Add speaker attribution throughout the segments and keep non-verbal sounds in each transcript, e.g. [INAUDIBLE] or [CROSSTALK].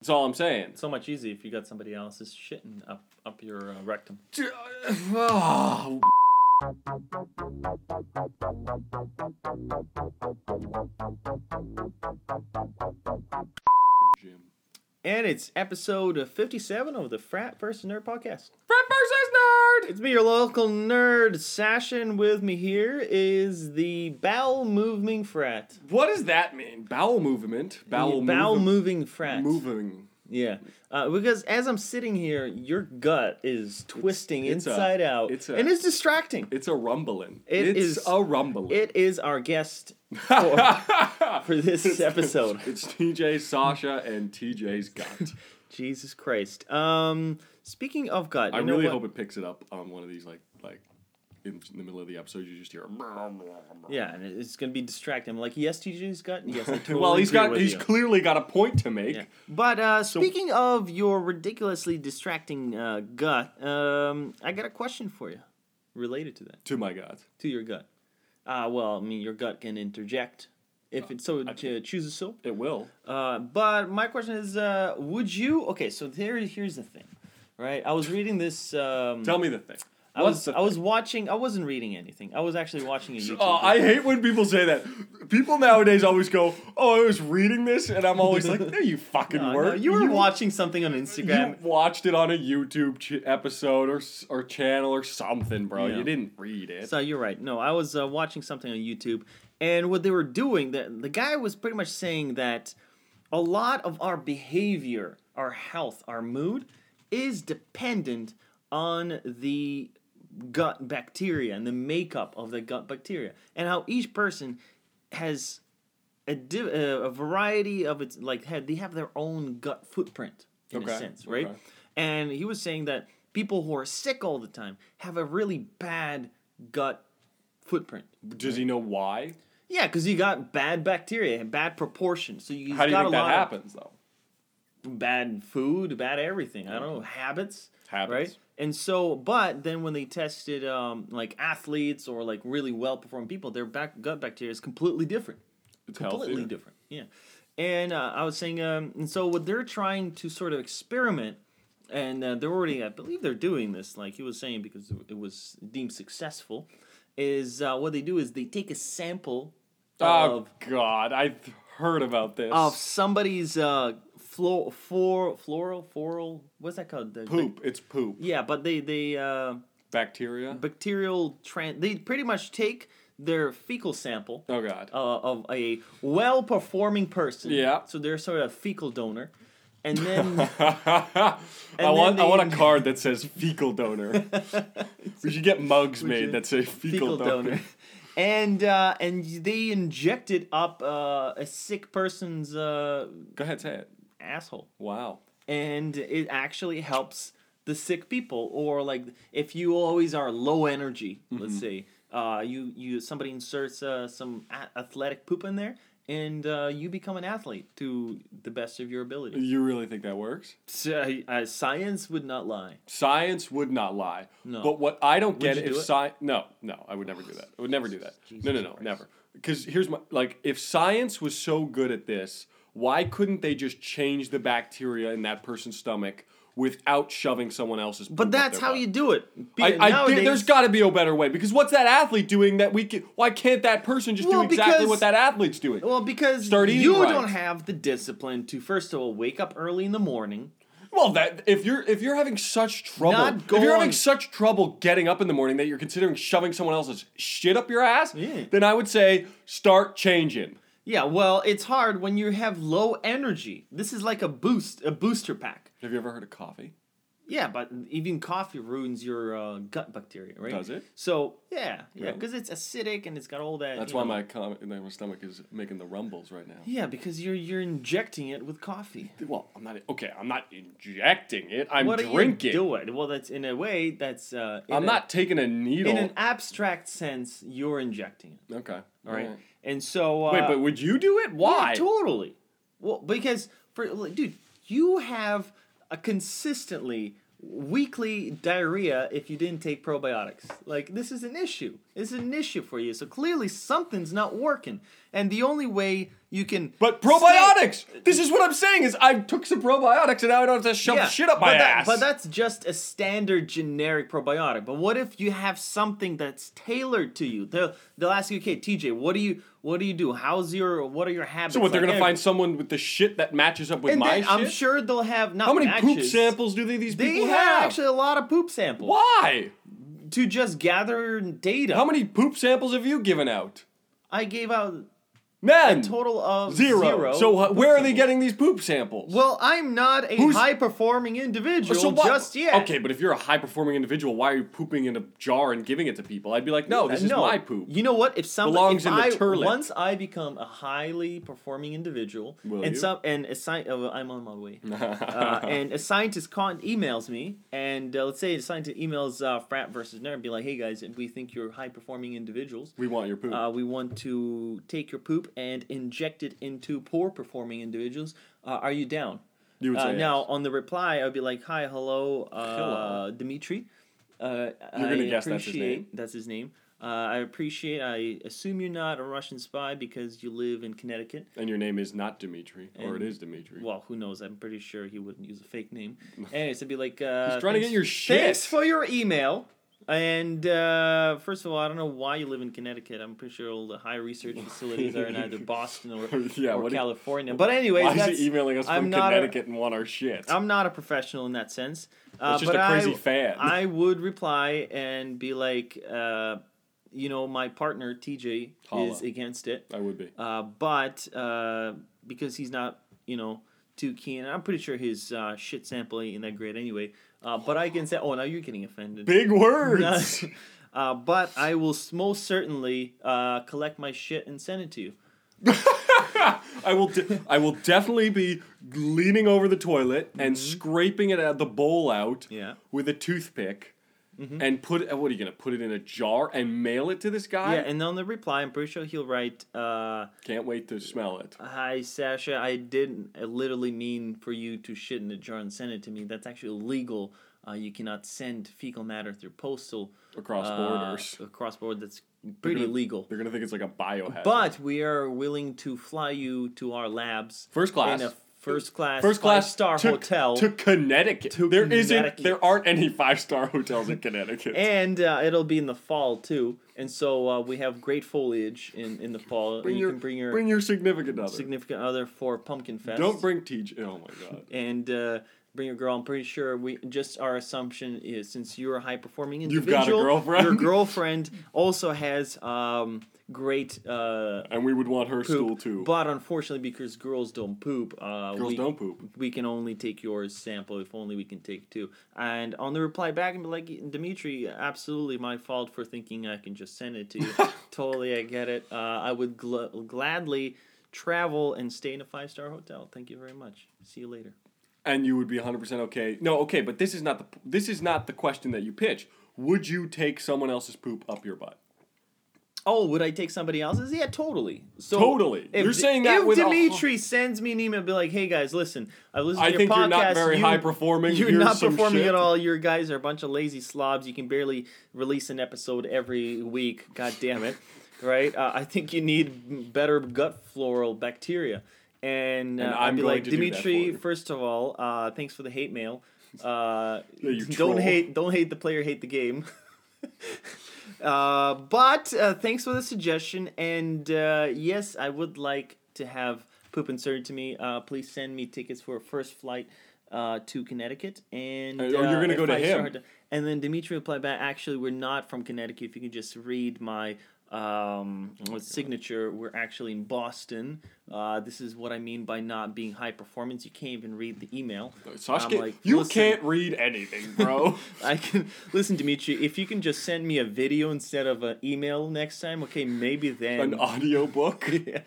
Speaker 1: That's all I'm saying.
Speaker 2: So much easier if you got somebody else's shitting up up your uh, rectum.
Speaker 1: [SIGHS] Oh, Jim.
Speaker 2: And it's episode 57 of the Frat vs. Nerd podcast.
Speaker 1: Frat versus nerd.
Speaker 2: It's me, your local nerd, Sashin. With me here is the bowel moving frat.
Speaker 1: What does that mean? Bowel movement. Bowel,
Speaker 2: The bowel
Speaker 1: move-
Speaker 2: moving frat.
Speaker 1: moving.
Speaker 2: Yeah. Uh, because as I'm sitting here, your gut is twisting
Speaker 1: it's a-
Speaker 2: inside out.
Speaker 1: it's a-
Speaker 2: and it's distracting.
Speaker 1: It's a rumbling.
Speaker 2: It
Speaker 1: it's
Speaker 2: is-
Speaker 1: a rumbling. [LAUGHS]
Speaker 2: It is our guest for,
Speaker 1: [LAUGHS]
Speaker 2: for this episode.
Speaker 1: It's TJ, Sasha, and TJ's
Speaker 2: [LAUGHS]
Speaker 1: gut.
Speaker 2: Jesus Christ. Um, speaking of gut,
Speaker 1: I
Speaker 2: you know
Speaker 1: really
Speaker 2: what?
Speaker 1: hope it picks it up on one of these, like, like in the middle of the episode. You just hear. [LAUGHS]
Speaker 2: Yeah, and it- it's gonna be distracting. I'm like, yes, TJ's gut. Yes, [LAUGHS] I totally
Speaker 1: well, he's
Speaker 2: agree
Speaker 1: got.
Speaker 2: with
Speaker 1: He's
Speaker 2: you.
Speaker 1: clearly got a point to make.
Speaker 2: Yeah. But uh, speaking of your ridiculously distracting uh, gut, um, I got a question for you related to that,
Speaker 1: To my gut.
Speaker 2: to your gut. Uh, well, I mean, your gut can interject
Speaker 1: Oh,
Speaker 2: if it so ch- chooses so.
Speaker 1: It will.
Speaker 2: Uh, but my question is, uh, would you? Okay, so there, here's the thing, right? I was reading this. Um,
Speaker 1: Tell me the thing.
Speaker 2: I
Speaker 1: What's
Speaker 2: was,
Speaker 1: the
Speaker 2: I was watching. I wasn't reading anything. I was actually watching a YouTube.
Speaker 1: Oh, I hate when people say that. People nowadays always go, "Oh, I was reading this," and I'm always like, "No, you fucking
Speaker 2: Uh, no,
Speaker 1: were.
Speaker 2: you were watching something on Instagram.
Speaker 1: You watched it on a YouTube ch- episode or s- or channel or something, bro.
Speaker 2: Yeah.
Speaker 1: You didn't read it.
Speaker 2: So you're right. No, I was uh, watching something on YouTube, and what they were doing, the, the guy was pretty much saying that a lot of our behavior, our health, our mood is dependent on the gut bacteria and the makeup of the gut bacteria, and how each person has a, div- uh, a variety of its like had they have their own gut footprint in
Speaker 1: Okay,
Speaker 2: a sense, right?
Speaker 1: okay.
Speaker 2: And he was saying that people who are sick all the time have a really bad gut footprint.
Speaker 1: Does he know why?
Speaker 2: Yeah, because you got bad bacteria and bad proportions. So you
Speaker 1: How do you
Speaker 2: got
Speaker 1: think
Speaker 2: a lot
Speaker 1: that
Speaker 2: of
Speaker 1: happens, though?
Speaker 2: bad food, bad everything. I don't know habits,
Speaker 1: Habits.
Speaker 2: right? And so, but then when they tested um, like athletes or like really well performing people, their back, gut bacteria is completely different.
Speaker 1: It's
Speaker 2: completely
Speaker 1: healthy.
Speaker 2: different. Yeah, and uh, I was saying, um, and so what they're trying to sort of experiment, and uh, they're already, I believe, they're doing this. Like he was saying, because it was deemed successful, is uh, what they do is they take a sample
Speaker 1: Oh
Speaker 2: of
Speaker 1: God, I've heard about this.
Speaker 2: of somebody's uh, flor for floral floral what's that called? The-
Speaker 1: poop. It's poop.
Speaker 2: yeah, but they they uh,
Speaker 1: Bacteria.
Speaker 2: bacterial tran. They pretty much take their fecal sample
Speaker 1: Oh God.
Speaker 2: uh, of a well performing person.
Speaker 1: Yeah.
Speaker 2: So they're sort of fecal donor.
Speaker 1: [LAUGHS]
Speaker 2: And then
Speaker 1: I
Speaker 2: then
Speaker 1: want I
Speaker 2: they-
Speaker 1: want a card that says fecal
Speaker 2: [LAUGHS]
Speaker 1: donor. we should get mugs made
Speaker 2: should-
Speaker 1: that say fecal,
Speaker 2: fecal
Speaker 1: donor.
Speaker 2: donor. And uh, and they inject it up uh, a sick person's uh,
Speaker 1: [LAUGHS] Go ahead, say it.
Speaker 2: asshole,
Speaker 1: Wow.
Speaker 2: and it actually helps the sick people. Or like if you always are low energy,
Speaker 1: Mm-hmm.
Speaker 2: let's say, uh, you you somebody inserts uh, some a- athletic poop in there, and uh, you become an athlete to the best of your ability.
Speaker 1: You really think that works?
Speaker 2: Sci- uh, science would not lie.
Speaker 1: Science would not lie.
Speaker 2: No.
Speaker 1: But what I don't get
Speaker 2: you do
Speaker 1: if
Speaker 2: it?
Speaker 1: science no, no, I would never do that. I would never do that.
Speaker 2: Jesus
Speaker 1: no, no, no,
Speaker 2: Christ.
Speaker 1: never. Cuz here's my like if science was so good at this, why couldn't they just change the bacteria in that person's stomach without shoving someone else's poop
Speaker 2: But
Speaker 1: up
Speaker 2: that's
Speaker 1: their
Speaker 2: how
Speaker 1: butt?
Speaker 2: you do it. Be-
Speaker 1: I, I think
Speaker 2: nowadays-
Speaker 1: there's got to be a better way because what's that athlete doing that we can, why can't that person just
Speaker 2: Well,
Speaker 1: do exactly
Speaker 2: because-
Speaker 1: what that athlete's doing? Well,
Speaker 2: well because
Speaker 1: Start eating
Speaker 2: you
Speaker 1: right.
Speaker 2: don't have the discipline to first of all wake up early in the morning.
Speaker 1: that if you're if you're having such trouble,
Speaker 2: Not
Speaker 1: if you're having
Speaker 2: going-
Speaker 1: such trouble getting up in the morning that you're considering shoving someone else's shit up your ass,
Speaker 2: Yeah.
Speaker 1: then I would say start changing.
Speaker 2: Yeah, well, it's hard when you have low energy. This is like a boost, a booster pack.
Speaker 1: Have you ever heard of coffee?
Speaker 2: Yeah, but even coffee ruins your uh, gut bacteria, right?
Speaker 1: Does it?
Speaker 2: So yeah, yeah,
Speaker 1: Really?
Speaker 2: because it's acidic and it's got all that.
Speaker 1: That's
Speaker 2: you
Speaker 1: why
Speaker 2: know-
Speaker 1: my com- my stomach is making the rumbles right now.
Speaker 2: Yeah, because you're you're injecting it with coffee.
Speaker 1: Well, I'm not okay. I'm not injecting it. I'm
Speaker 2: what
Speaker 1: drinking.
Speaker 2: are you doing? Well, that's in a way that's. Uh, in
Speaker 1: I'm
Speaker 2: a-
Speaker 1: not Oh. taking a needle.
Speaker 2: In an abstract sense, you're injecting it.
Speaker 1: okay.
Speaker 2: All right, and so uh, Oh,
Speaker 1: Wait, but would you do it? Why?
Speaker 2: Yeah, totally. Well, because for like, dude, you have a consistently weekly diarrhea if you didn't take probiotics. Like this is an issue. It's an issue for you. So clearly something's not working. And the only way you can
Speaker 1: But
Speaker 2: stay-
Speaker 1: probiotics. This is what I'm saying is I took some probiotics and now I don't have to shove
Speaker 2: Yeah,
Speaker 1: shit up my
Speaker 2: but that-
Speaker 1: ass.
Speaker 2: But that's just a standard generic probiotic. But what if you have something that's tailored to you? They'll they'll ask you, okay, TJ, what do you what do you do? How's your what are your habits?
Speaker 1: so what they're
Speaker 2: Like,
Speaker 1: gonna
Speaker 2: hey,
Speaker 1: find someone with the shit that matches up with
Speaker 2: And
Speaker 1: my
Speaker 2: then
Speaker 1: shit.
Speaker 2: I'm sure they'll have not
Speaker 1: How many poop
Speaker 2: matches.
Speaker 1: samples do they, these
Speaker 2: They
Speaker 1: people
Speaker 2: have,
Speaker 1: have?
Speaker 2: actually a lot of poop samples
Speaker 1: Why?
Speaker 2: to just gather data.
Speaker 1: How many poop samples have you given out?
Speaker 2: I gave out
Speaker 1: None.
Speaker 2: total of
Speaker 1: Zero. So uh,
Speaker 2: poop
Speaker 1: where are they
Speaker 2: samples.
Speaker 1: getting these poop samples?
Speaker 2: Well, I'm not a
Speaker 1: Who's-
Speaker 2: high performing individual
Speaker 1: so why-
Speaker 2: just yet.
Speaker 1: Okay, but if you're a high performing individual, why are you pooping in a jar and giving it to people? I'd be like, no, this is
Speaker 2: no,
Speaker 1: my poop.
Speaker 2: You know what? If some
Speaker 1: Belongs
Speaker 2: if
Speaker 1: in the
Speaker 2: I,
Speaker 1: turlet.
Speaker 2: once I become a highly performing individual,
Speaker 1: Will
Speaker 2: and
Speaker 1: you?
Speaker 2: some and a sci- oh, well, I'm on
Speaker 1: [LAUGHS]
Speaker 2: my way, uh, and a scientist con- emails me, and uh, let's say a scientist emails uh, frat versus nerd, and be like, hey guys, we think you're high performing individuals.
Speaker 1: we want your poop.
Speaker 2: Uh, we want to take your poop and inject it into poor performing individuals. Uh, are you down?
Speaker 1: You would
Speaker 2: Uh,
Speaker 1: say
Speaker 2: now
Speaker 1: yes.
Speaker 2: on the reply, I would be like, "Hi, hello, uh,
Speaker 1: Hello.
Speaker 2: Dimitri." Uh,
Speaker 1: You're
Speaker 2: I
Speaker 1: gonna guess that's his
Speaker 2: appreciate-
Speaker 1: name.
Speaker 2: That's his name. Uh, I appreciate. I assume you're not a Russian spy because you live in Connecticut.
Speaker 1: and your name is not Dimitri, or it
Speaker 2: and-
Speaker 1: is Dimitri.
Speaker 2: Well, who knows? I'm pretty sure he wouldn't use a fake name. [LAUGHS] Anyways, I'd be like, uh,
Speaker 1: He's trying to
Speaker 2: "Thanks-
Speaker 1: get your shit."
Speaker 2: Thanks for your email. And uh, first of all, I don't know why you live in Connecticut. I'm pretty sure all the high
Speaker 1: [LAUGHS]
Speaker 2: research facilities are in either Boston or,
Speaker 1: Yeah,
Speaker 2: or
Speaker 1: what do you-
Speaker 2: California. But anyways,
Speaker 1: Why
Speaker 2: that's,
Speaker 1: is he emailing us
Speaker 2: I'm
Speaker 1: from
Speaker 2: not a-
Speaker 1: Connecticut and want our shit?
Speaker 2: I'm not a professional in that sense. Uh,
Speaker 1: It's just
Speaker 2: but
Speaker 1: a crazy
Speaker 2: I,
Speaker 1: fan.
Speaker 2: I would reply and be like, uh, you know, my partner TJ
Speaker 1: Holla.
Speaker 2: is against it.
Speaker 1: I would be.
Speaker 2: Uh, but uh, because he's not, you know, too keen, I'm pretty sure his uh, shit sample ain't that great anyway. Uh, but I can say, oh, now you're getting offended.
Speaker 1: Big words.
Speaker 2: [LAUGHS] uh, but I will s- most certainly uh, collect my shit and send it to you.
Speaker 1: I will. De- I will definitely be leaning over the toilet and scraping it out the bowl out.
Speaker 2: Mm-hmm. Yeah. Mm-hmm.
Speaker 1: With a toothpick, and put. it- What are you gonna put it in a jar and mail it to this guy?
Speaker 2: yeah, and on the reply, I'm pretty sure he'll write, uh,
Speaker 1: Can't wait to smell it.
Speaker 2: "Hi Sasha, I didn't I literally mean for you to shit in a jar and send it to me. That's actually illegal. Uh, you cannot send fecal matter through postal
Speaker 1: Across
Speaker 2: uh,
Speaker 1: borders.
Speaker 2: Across border, that's pretty illegal.
Speaker 1: They're gonna think it's like a biohazard.
Speaker 2: But we are willing to fly you to our labs.
Speaker 1: First class.
Speaker 2: In a first class,
Speaker 1: First class
Speaker 2: star
Speaker 1: to,
Speaker 2: hotel.
Speaker 1: to Connecticut.
Speaker 2: To
Speaker 1: There
Speaker 2: Connecticut.
Speaker 1: not There aren't any five star hotels in Connecticut.
Speaker 2: and uh, it'll be in the fall too, and so uh, we have great foliage in, in the fall.
Speaker 1: bring
Speaker 2: you
Speaker 1: your,
Speaker 2: can bring your
Speaker 1: significant other.
Speaker 2: significant other for pumpkin fest.
Speaker 1: Don't bring TJ. Oh my god.
Speaker 2: and uh, bring your girl. I'm pretty sure we just our assumption is since you're a high performing
Speaker 1: You've got a
Speaker 2: individual,
Speaker 1: girlfriend?
Speaker 2: your girlfriend also has um, great uh,
Speaker 1: And we would want her stool
Speaker 2: poop.
Speaker 1: too.
Speaker 2: But unfortunately, because girls don't poop, uh,
Speaker 1: Girls
Speaker 2: we,
Speaker 1: don't poop.
Speaker 2: We can only take yours sample. If only we can take two. And on the reply back, and be like, Dimitri, absolutely my fault for thinking I can just send it to
Speaker 1: [LAUGHS]
Speaker 2: you. totally, I get it. Uh, I would gl- gladly travel and stay in a five star hotel. Thank you very much. See you later.
Speaker 1: and you would be 100% okay. No, okay, but this is not the this is not the question that you pitch. Would you take someone else's poop up your butt?
Speaker 2: Oh, would I take somebody else's? Yeah, totally. So
Speaker 1: Totally. You're saying that
Speaker 2: if
Speaker 1: with a- [LAUGHS]
Speaker 2: Dimitri sends me an email, and be like, "Hey guys, listen, I've listened
Speaker 1: I
Speaker 2: to your
Speaker 1: think
Speaker 2: podcast.
Speaker 1: you're not very
Speaker 2: you-
Speaker 1: high performing.
Speaker 2: You're
Speaker 1: Here's
Speaker 2: not
Speaker 1: some
Speaker 2: performing
Speaker 1: shit."
Speaker 2: at all. Your guys are a bunch of lazy slobs. You can barely release an episode every week. God damn it, right? Uh, I think you need better gut floral bacteria." And, uh,
Speaker 1: And
Speaker 2: I'd
Speaker 1: I'm
Speaker 2: be
Speaker 1: going
Speaker 2: like,
Speaker 1: to do that for
Speaker 2: Dimitri,
Speaker 1: you."
Speaker 2: first of all, uh, thanks for the hate mail. Uh,
Speaker 1: Yeah, you troll.
Speaker 2: don't hate, don't hate the player, hate the game. Uh, but uh, thanks for the suggestion. And uh, yes, I would like to have poop inserted to me. Uh, please send me tickets for a first flight uh, to Connecticut. And
Speaker 1: Oh, you're
Speaker 2: uh,
Speaker 1: gonna
Speaker 2: if
Speaker 1: go to
Speaker 2: I
Speaker 1: him.
Speaker 2: start- and then Dimitri replied back, "Actually, we're not from Connecticut. If you can just read my." Um, signature? We're actually in Boston. Uh, this is what I mean by not being high performance. You can't even read the email.
Speaker 1: Sasha,
Speaker 2: I'm
Speaker 1: can't-
Speaker 2: like,
Speaker 1: you
Speaker 2: "Listen."
Speaker 1: can't read anything,
Speaker 2: [LAUGHS]
Speaker 1: bro.
Speaker 2: I can listen, Dimitri. If you can just send me a video instead of an email next time, okay, maybe
Speaker 1: An
Speaker 2: then, [LAUGHS]
Speaker 1: audiobook?
Speaker 2: Yeah.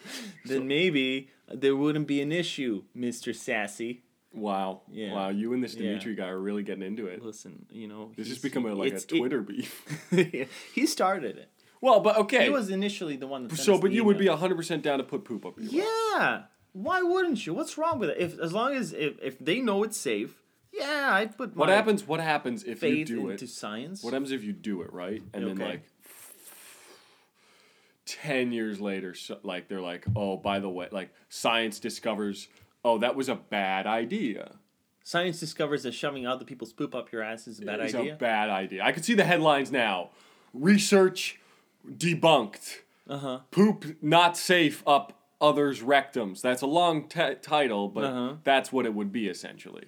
Speaker 2: then maybe there wouldn't be an issue, Mister Sassy.
Speaker 1: Wow.
Speaker 2: Yeah.
Speaker 1: Wow, you and this
Speaker 2: Yeah.
Speaker 1: Dimitri guy are really getting into it.
Speaker 2: Listen, you know
Speaker 1: This
Speaker 2: he's-
Speaker 1: has become a, like a
Speaker 2: it's-
Speaker 1: Twitter beef. [LAUGHS]
Speaker 2: It, [LAUGHS] he started it.
Speaker 1: Well, but okay.
Speaker 2: He was initially the one that. Sent
Speaker 1: so,
Speaker 2: us
Speaker 1: but
Speaker 2: the
Speaker 1: you would be
Speaker 2: email.
Speaker 1: 100% down to put poop up your butt.
Speaker 2: Yeah. Why wouldn't you? What's wrong with it? If as long as if, if they know it's safe, yeah, yeah, I put my
Speaker 1: What happens? What happens if you
Speaker 2: faith
Speaker 1: do it?
Speaker 2: into science.
Speaker 1: What happens if you do it right, and then
Speaker 2: Okay.
Speaker 1: like ten years later, so, like they're like, oh, by the way, like science discovers, oh, that was a bad idea.
Speaker 2: Science discovers that shoving other people's poop up your ass is a bad
Speaker 1: It's
Speaker 2: idea.
Speaker 1: a bad idea. I can see the headlines now. Research debunked.
Speaker 2: uh huh.
Speaker 1: Poop not safe up others' rectums. That's a long t- title, but
Speaker 2: Uh-huh.
Speaker 1: that's what it would be essentially.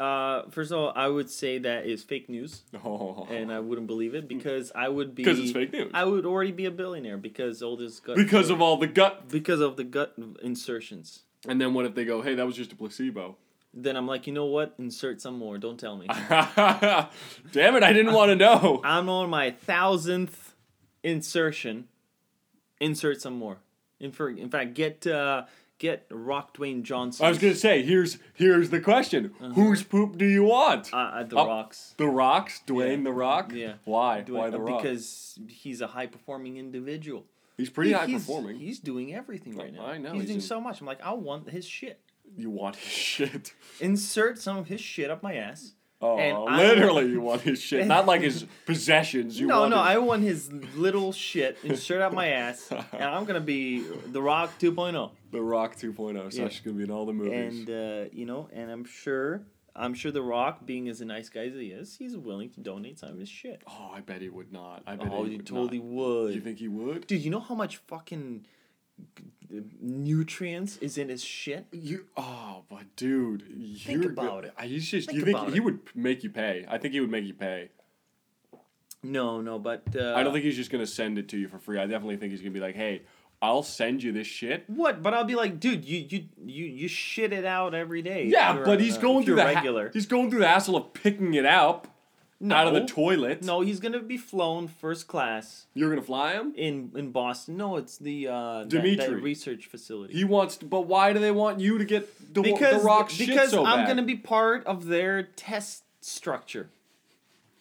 Speaker 2: Uh, first of all, I would say that is fake news,
Speaker 1: Oh.
Speaker 2: and I wouldn't believe it because I would be
Speaker 1: 'Cause it's fake news.
Speaker 2: I would already be a billionaire because all this
Speaker 1: [LAUGHS]
Speaker 2: gut
Speaker 1: because of all the gut.
Speaker 2: because of the gut insertions.
Speaker 1: And then what if they go, hey, that was just a placebo?
Speaker 2: Then I'm like, you know what? Insert some more. Don't tell me.
Speaker 1: [LAUGHS] Damn it, I didn't want to know.
Speaker 2: I'm on my thousandth insertion. Insert some more. In, for, in fact, get uh, get Rock Dwayne Johnson.
Speaker 1: I was gonna say, here's here's the question: Whose poop do you want?
Speaker 2: Uh-huh. uh, at the
Speaker 1: Oh,
Speaker 2: Rocks.
Speaker 1: the Rock's, Dwayne the Rock.
Speaker 2: Yeah.
Speaker 1: Why?
Speaker 2: Do
Speaker 1: Why
Speaker 2: it-
Speaker 1: the
Speaker 2: uh,
Speaker 1: Rock?
Speaker 2: Because he's a high performing individual.
Speaker 1: he's pretty
Speaker 2: He-
Speaker 1: high
Speaker 2: he's-
Speaker 1: performing.
Speaker 2: He's doing everything right now.
Speaker 1: I know,
Speaker 2: He's,
Speaker 1: he's
Speaker 2: doing
Speaker 1: in-
Speaker 2: so much. I'm like, I want his
Speaker 1: [LAUGHS]
Speaker 2: shit.
Speaker 1: you want his
Speaker 2: [LAUGHS]
Speaker 1: shit.
Speaker 2: Insert some of his shit up my ass.
Speaker 1: Oh,
Speaker 2: And I-
Speaker 1: literally,
Speaker 2: [LAUGHS]
Speaker 1: you want his shit, not like his possessions. You
Speaker 2: no,
Speaker 1: want
Speaker 2: no,
Speaker 1: his-
Speaker 2: I want his little
Speaker 1: [LAUGHS]
Speaker 2: shit insert up my ass, and I'm gonna be The Rock 2.0.
Speaker 1: the Rock 2.0. So
Speaker 2: Yeah.
Speaker 1: that's gonna be in all the movies.
Speaker 2: and uh, you know, and I'm sure, I'm sure The Rock, being as a nice guy as he is, he's willing to donate some of his shit.
Speaker 1: oh, I bet he would not. I bet
Speaker 2: Oh,
Speaker 1: he
Speaker 2: you
Speaker 1: would
Speaker 2: totally
Speaker 1: not.
Speaker 2: would,
Speaker 1: You think he would?
Speaker 2: dude. You know how much fucking uh, nutrients is in his shit?
Speaker 1: You oh, but dude, you're go-
Speaker 2: about it.
Speaker 1: I- He's just.
Speaker 2: Think
Speaker 1: you think
Speaker 2: about
Speaker 1: he
Speaker 2: it.
Speaker 1: would make you pay? I think he would make you pay.
Speaker 2: No, no, but uh,
Speaker 1: I don't think he's just gonna send it to you for free. I definitely think he's gonna be like, "Hey, I'll send you this shit."
Speaker 2: what. But I'll be like, dude, you you you you shit it out every day. if
Speaker 1: Yeah,
Speaker 2: you're
Speaker 1: but
Speaker 2: on,
Speaker 1: he's
Speaker 2: uh,
Speaker 1: going
Speaker 2: if
Speaker 1: through
Speaker 2: you're
Speaker 1: the ha-
Speaker 2: regular.
Speaker 1: he's going through the hassle of picking it up out of the
Speaker 2: No.
Speaker 1: toilet.
Speaker 2: no, he's gonna be flown first class
Speaker 1: You're gonna fly him.
Speaker 2: in in Boston. No, it's the uh, that- that,
Speaker 1: Dimitri.
Speaker 2: research facility.
Speaker 1: He wants, to, but why do they want you to get the,
Speaker 2: because
Speaker 1: the rock shit
Speaker 2: because
Speaker 1: so
Speaker 2: I'm
Speaker 1: bad?
Speaker 2: gonna be part of their test structure.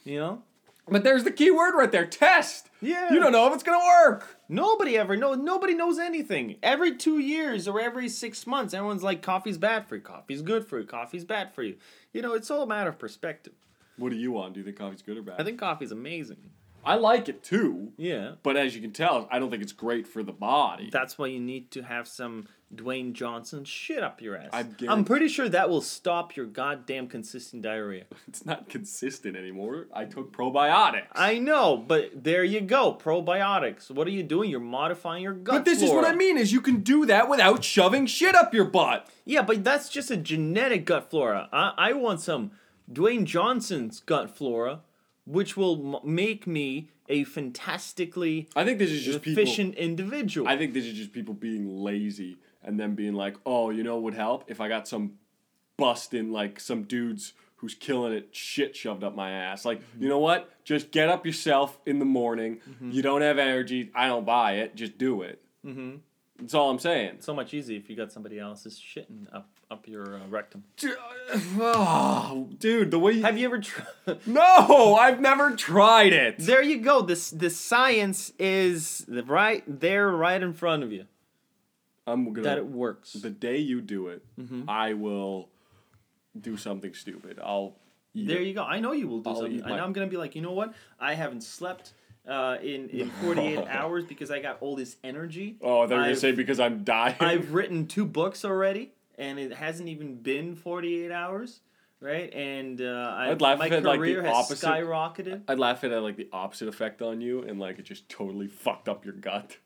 Speaker 2: You know,
Speaker 1: but there's the key word right there: test.
Speaker 2: Yeah.
Speaker 1: You don't know if it's gonna work.
Speaker 2: nobody ever know. Nobody knows anything. Every two years or every six months, everyone's like, "Coffee's bad for you. Coffee's good for you. Coffee's bad for you." You know, it's all a matter of perspective.
Speaker 1: What do you want? Do you think coffee's good or bad?
Speaker 2: I think coffee's amazing.
Speaker 1: I like it too,
Speaker 2: Yeah,
Speaker 1: but as you can tell, I don't think it's great for the body. [LAUGHS]
Speaker 2: that's why you need to have some Dwayne Johnson shit up your ass.
Speaker 1: I
Speaker 2: I'm,
Speaker 1: guarantee-
Speaker 2: pretty sure that will stop your goddamn
Speaker 1: [LAUGHS]
Speaker 2: consistent diarrhea.
Speaker 1: it's not consistent anymore. I took probiotics.
Speaker 2: I know, but there you go. Probiotics. What are you doing? You're modifying your gut.
Speaker 1: But this is what
Speaker 2: flora.
Speaker 1: I mean: is you can do that without shoving shit up your butt.
Speaker 2: Yeah, but that's just a genetic gut flora. I, I want some Dwayne Johnson's gut flora, which will m- make me a fantastically
Speaker 1: I think this is just people.
Speaker 2: efficient individual.
Speaker 1: I think this is just people being lazy and then being like, "Oh, you know, what would help if I got some busting like some dudes who's killing it shit shoved up my ass." Like, you know what? Just get up yourself in the morning. You don't have energy. I don't buy it. Just do it. Mm-hmm. That's all I'm saying.
Speaker 2: so much easier if you got somebody else's shitting up up your uh, rectum.
Speaker 1: Dude, [SIGHS] oh, dude, the way you,
Speaker 2: Have you
Speaker 1: [LAUGHS]
Speaker 2: ever tried?
Speaker 1: no, I've never tried it.
Speaker 2: there you go. This the science is right there, right in front of you.
Speaker 1: I'm gonna
Speaker 2: That it works.
Speaker 1: the day you do it, I will do something stupid. I'll eat
Speaker 2: There
Speaker 1: it.
Speaker 2: you go. I know you will do
Speaker 1: I'll
Speaker 2: something.
Speaker 1: eat my-
Speaker 2: And I'm gonna be like, you know what? I haven't slept uh,
Speaker 1: [LAUGHS]
Speaker 2: in in 48 hours because I got all this energy.
Speaker 1: Oh, they're gonna
Speaker 2: I've-
Speaker 1: say because I'm dying. [LAUGHS]
Speaker 2: I've written two books already, and it hasn't even been 48 hours, right? And uh, I,
Speaker 1: I'd laugh
Speaker 2: my
Speaker 1: if it had, like, the
Speaker 2: career has
Speaker 1: opposite-
Speaker 2: skyrocketed.
Speaker 1: I'd laugh at it, like the opposite effect on you, and like it just totally fucked up your gut.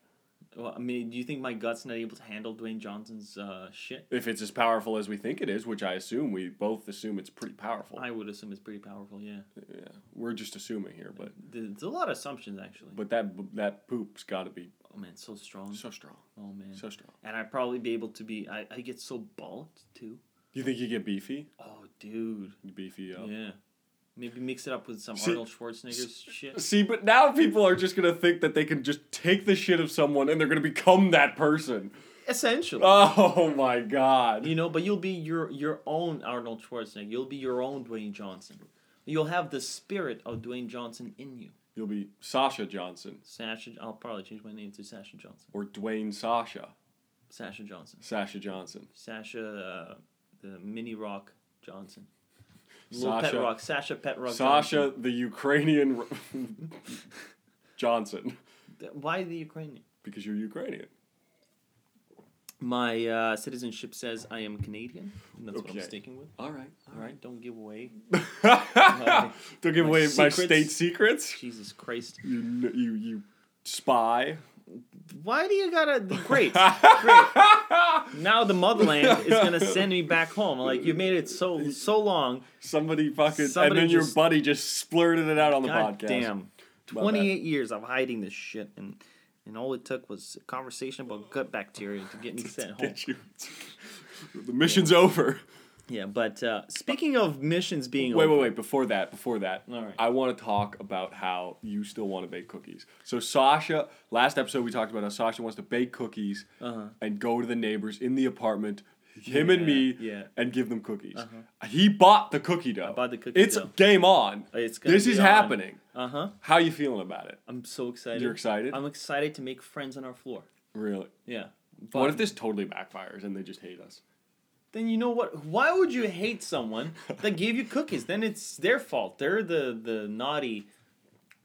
Speaker 2: Well, I mean, do you think my gut's not able to handle Dwayne Johnson's uh, shit?
Speaker 1: If it's as powerful as we think it is, which I assume we both assume it's pretty powerful.
Speaker 2: I would assume it's pretty powerful. Yeah,
Speaker 1: yeah, we're just assuming here, but
Speaker 2: there's a lot of assumptions actually.
Speaker 1: but that that poop's got to be Mm.
Speaker 2: oh man, so strong.
Speaker 1: so strong,
Speaker 2: oh man,
Speaker 1: so strong.
Speaker 2: and I'd probably be able to be. I, I get so bulked too.
Speaker 1: You think you get beefy?
Speaker 2: Oh, dude.
Speaker 1: Beefy up.
Speaker 2: Oh. Yeah. Maybe mix it up with some
Speaker 1: See-
Speaker 2: Arnold Schwarzenegger's
Speaker 1: [LAUGHS]
Speaker 2: shit.
Speaker 1: See, but now people are just gonna think that they can just take the shit of someone and they're gonna become that person. [LAUGHS]
Speaker 2: Essentially.
Speaker 1: Oh my god.
Speaker 2: Uh, you know, but you'll be your your own Arnold Schwarzenegger. You'll be your own Dwayne Johnson. You'll have the spirit of Dwayne Johnson in you.
Speaker 1: You'll be Sasha Johnson
Speaker 2: Sasha, I'll probably change my name to Sasha Johnson.
Speaker 1: or Dwayne Sasha.
Speaker 2: Sasha Johnson.
Speaker 1: Sasha Johnson.
Speaker 2: Sasha, uh, the mini rock Johnson. Little
Speaker 1: Sasha-
Speaker 2: pet rock. Sasha pet rock.
Speaker 1: Sasha, the Ukrainian r- Johnson,
Speaker 2: Johnson. Why the Ukrainian?
Speaker 1: because you're Ukrainian.
Speaker 2: My uh, citizenship says I am Canadian. And that's what I'm
Speaker 1: Okay.
Speaker 2: sticking with.
Speaker 1: All right, all
Speaker 2: All right, don't give away.
Speaker 1: right. [LAUGHS] Don't give
Speaker 2: My
Speaker 1: away my
Speaker 2: secrets.
Speaker 1: state secrets.
Speaker 2: Jesus Christ.
Speaker 1: You, kn- you, you spy.
Speaker 2: Why do you gotta?
Speaker 1: [LAUGHS]
Speaker 2: Great, great. Now the motherland is gonna send me back home. Like you made it so so long.
Speaker 1: Somebody fucking,
Speaker 2: Somebody
Speaker 1: and then
Speaker 2: just-
Speaker 1: your buddy just splurted it out on the
Speaker 2: God
Speaker 1: podcast.
Speaker 2: damn.
Speaker 1: My bad.
Speaker 2: 28 years of hiding this shit, and and all it took was a conversation about gut bacteria to
Speaker 1: [LAUGHS]
Speaker 2: get me sent home.
Speaker 1: Get you. [LAUGHS] the mission's over.
Speaker 2: Yeah, but uh, speaking of missions being
Speaker 1: Wait,
Speaker 2: over,
Speaker 1: wait, wait. Before that, before that,
Speaker 2: All right.
Speaker 1: I want to talk about how you still want to bake cookies. So Sasha, last episode we talked about how Sasha wants to bake cookies and go to the neighbors in the apartment, him and me,
Speaker 2: Uh-huh. yeah. Uh-huh.
Speaker 1: and give them cookies. He bought the cookie dough. I
Speaker 2: bought the cookie
Speaker 1: it's
Speaker 2: dough. Oh,
Speaker 1: game on.
Speaker 2: It's gonna
Speaker 1: this
Speaker 2: be
Speaker 1: is
Speaker 2: on.
Speaker 1: happening.
Speaker 2: Uh huh.
Speaker 1: How you feeling about it?
Speaker 2: I'm so excited.
Speaker 1: You're excited?
Speaker 2: I'm excited to make friends on our floor.
Speaker 1: Really?
Speaker 2: Yeah.
Speaker 1: What if this totally backfires and they just hate us?
Speaker 2: Then you know what? Why would you hate someone
Speaker 1: [LAUGHS]
Speaker 2: that gave you cookies? Then it's their fault. They're the the naughty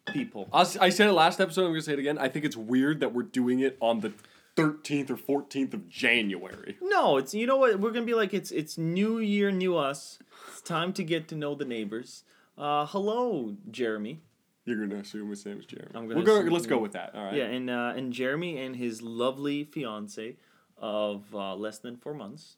Speaker 2: people.
Speaker 1: I'll s- I said it last episode. I'm gonna say it again. I think it's weird that we're doing it on the 13th or 14th of January.
Speaker 2: No, it's you know what we're gonna be like. It's it's New Year, new us. It's time to get to know the neighbors. Uh, hello, Jeremy.
Speaker 1: You're gonna assume his name is Jeremy.
Speaker 2: I'm gonna
Speaker 1: we'll go,
Speaker 2: assume-
Speaker 1: let's go with that. All right.
Speaker 2: Yeah, and uh, and Jeremy and his lovely fiance of uh, less than four months,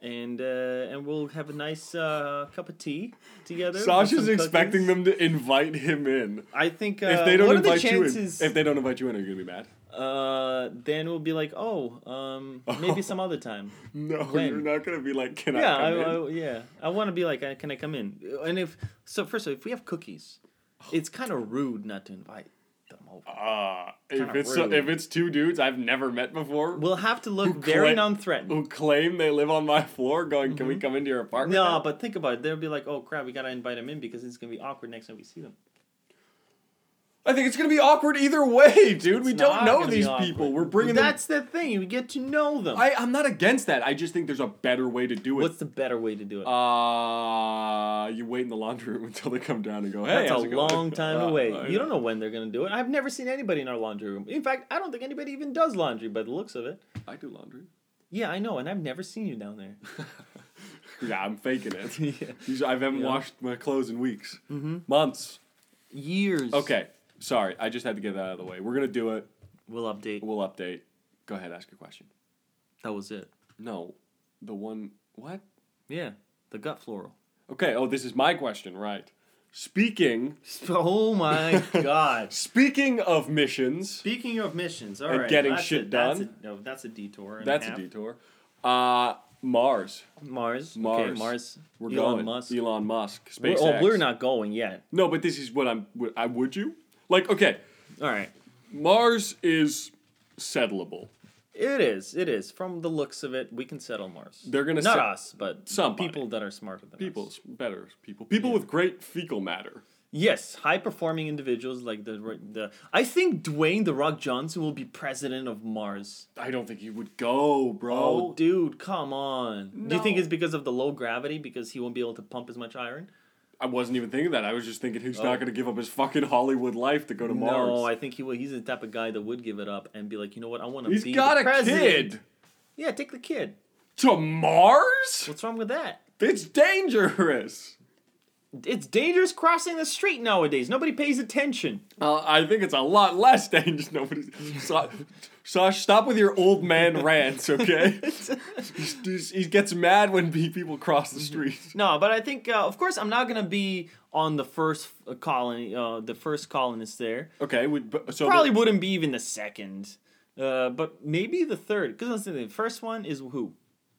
Speaker 2: and uh, and we'll have a nice uh, cup of tea together. with
Speaker 1: Sasha's
Speaker 2: some
Speaker 1: expecting them
Speaker 2: cookies.
Speaker 1: to invite him in.
Speaker 2: I think uh,
Speaker 1: If they don't
Speaker 2: what
Speaker 1: invite
Speaker 2: are the chances?
Speaker 1: you in, if they don't invite you in, are you gonna be mad?
Speaker 2: uh, then we'll be like, oh,
Speaker 1: [LAUGHS]
Speaker 2: um, maybe some other time.
Speaker 1: No,
Speaker 2: When?
Speaker 1: you're not gonna be like, can
Speaker 2: Yeah,
Speaker 1: I
Speaker 2: I,
Speaker 1: come in?
Speaker 2: I, yeah. I want to be like, uh, can I come in? And if so, first of all, if we have cookies,
Speaker 1: Oh.
Speaker 2: it's kind of rude not to invite them over.
Speaker 1: Ah, if
Speaker 2: Kinda
Speaker 1: it's so-
Speaker 2: rude.
Speaker 1: if it's two dudes I've never met before
Speaker 2: We'll have to look
Speaker 1: Who
Speaker 2: very
Speaker 1: cla-
Speaker 2: non-threatening.
Speaker 1: who claim they live on my floor, going, can we come into your apartment?
Speaker 2: Mm-hmm. No,
Speaker 1: now?"
Speaker 2: but think about it. They'll be like, "Oh crap, we gotta invite them in because it's gonna be awkward next time we see them."
Speaker 1: I think it's gonna be awkward either way, dude. we
Speaker 2: It's
Speaker 1: don't
Speaker 2: not
Speaker 1: know
Speaker 2: gonna be
Speaker 1: these
Speaker 2: awkward.
Speaker 1: people. We're bringing them.
Speaker 2: That's the thing. You get to know them.
Speaker 1: I, I'm not against that. I just think there's a better way to do it.
Speaker 2: What's the better way to do it?
Speaker 1: Uh, you wait in the laundry room [LAUGHS] until they come down and go, hey,
Speaker 2: That's a
Speaker 1: how's it going?"
Speaker 2: long time
Speaker 1: Uh,
Speaker 2: away.
Speaker 1: I
Speaker 2: you don't know when they're gonna do it. I've never seen anybody in our laundry room. In fact, I don't think anybody even does laundry by the looks of it.
Speaker 1: I do laundry.
Speaker 2: Yeah, I know, and I've never seen you down there.
Speaker 1: Yeah, I'm faking it.
Speaker 2: [LAUGHS] Yeah.
Speaker 1: These- I haven't
Speaker 2: Yeah.
Speaker 1: washed my clothes in weeks, mm-hmm. months.
Speaker 2: Years.
Speaker 1: Okay, sorry. I just had to get that out of the way. We're gonna do it.
Speaker 2: We'll update.
Speaker 1: We'll update. Go ahead, ask your question.
Speaker 2: That was it.
Speaker 1: No, the one what?
Speaker 2: Yeah, the gut floral.
Speaker 1: Okay. Oh, this is my question, right? Speaking
Speaker 2: [LAUGHS] Oh [LAUGHS] my god.
Speaker 1: speaking of missions,
Speaker 2: Speaking of missions, all right.
Speaker 1: And getting
Speaker 2: that's
Speaker 1: shit
Speaker 2: a, that's
Speaker 1: done?
Speaker 2: a- no, that's a detour. and
Speaker 1: that's
Speaker 2: half.
Speaker 1: a detour. Uh, Mars.
Speaker 2: Mars.
Speaker 1: Mars.
Speaker 2: Okay, Mars.
Speaker 1: We're
Speaker 2: Elon
Speaker 1: going.
Speaker 2: Musk.
Speaker 1: Elon Musk.
Speaker 2: We're-
Speaker 1: SpaceX.
Speaker 2: oh, we're not going yet.
Speaker 1: No, but this is what I'm. Would, I would you like? Okay,
Speaker 2: All right.
Speaker 1: Mars is settlable.
Speaker 2: It is. It is. From the looks of it, we can settle Mars.
Speaker 1: They're gonna
Speaker 2: not
Speaker 1: set-
Speaker 2: us, but some
Speaker 1: Somebody.
Speaker 2: people that are smarter than us.
Speaker 1: People's better people. People with great fecal matter.
Speaker 2: Yes, high performing individuals like the the. I think Dwayne the Rock Johnson will be president of Mars.
Speaker 1: I don't think he would go,
Speaker 2: Oh,
Speaker 1: bro.
Speaker 2: dude, come on. Do you think
Speaker 1: No.
Speaker 2: it's because of the low gravity? Because he won't be able to pump as much iron?
Speaker 1: I wasn't even thinking that. I was just thinking he's not going to give up his fucking Hollywood life to go to
Speaker 2: No,
Speaker 1: Mars.
Speaker 2: I think he will. He's the type of guy that would give it up and be like, you know what, I want to
Speaker 1: He's
Speaker 2: be
Speaker 1: got
Speaker 2: the
Speaker 1: a
Speaker 2: president.
Speaker 1: kid
Speaker 2: Yeah, take the kid.
Speaker 1: to Mars.
Speaker 2: What's wrong with that?
Speaker 1: It's dangerous.
Speaker 2: It's dangerous crossing the street nowadays. Nobody
Speaker 1: [LAUGHS]
Speaker 2: pays attention.
Speaker 1: Uh, I think it's a lot less dangerous. [LAUGHS] Nobody. Sa- Sash, stop with your old man [LAUGHS] rants, okay? He's- he's- he gets mad when pe- people cross the street.
Speaker 2: No, but I think, uh, of course, I'm not gonna be on the first uh, colony, uh, the first colonist there.
Speaker 1: Okay, we, but, so
Speaker 2: Probably wouldn't be even the second, uh, but maybe the third. Because the first one is who?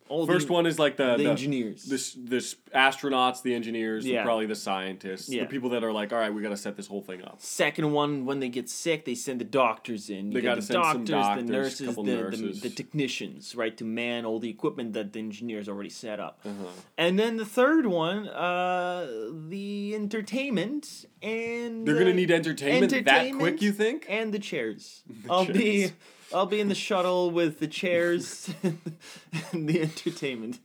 Speaker 2: All
Speaker 1: the first
Speaker 2: the,
Speaker 1: one is like the,
Speaker 2: the engineers.
Speaker 1: this this astronauts, the engineers, the-
Speaker 2: Yeah.
Speaker 1: probably the scientists,
Speaker 2: Yeah.
Speaker 1: the people that are like, all right, we got to set this whole thing up.
Speaker 2: Second one, when they get sick, they send the doctors in. You
Speaker 1: They
Speaker 2: got
Speaker 1: gotta send some doctors,
Speaker 2: the nurses, the,
Speaker 1: couple
Speaker 2: the,
Speaker 1: nurses.
Speaker 2: the technicians, right, to man all the equipment that the engineers already set up.
Speaker 1: Uh-huh.
Speaker 2: And then the third one, uh, the entertainment and
Speaker 1: They're gonna
Speaker 2: uh,
Speaker 1: need entertainment, that quick.
Speaker 2: entertainment
Speaker 1: You think?
Speaker 2: and the chairs.
Speaker 1: [LAUGHS]
Speaker 2: I'll be
Speaker 1: chairs. [LAUGHS]
Speaker 2: [LAUGHS] I'll be in the shuttle with the chairs and the entertainment.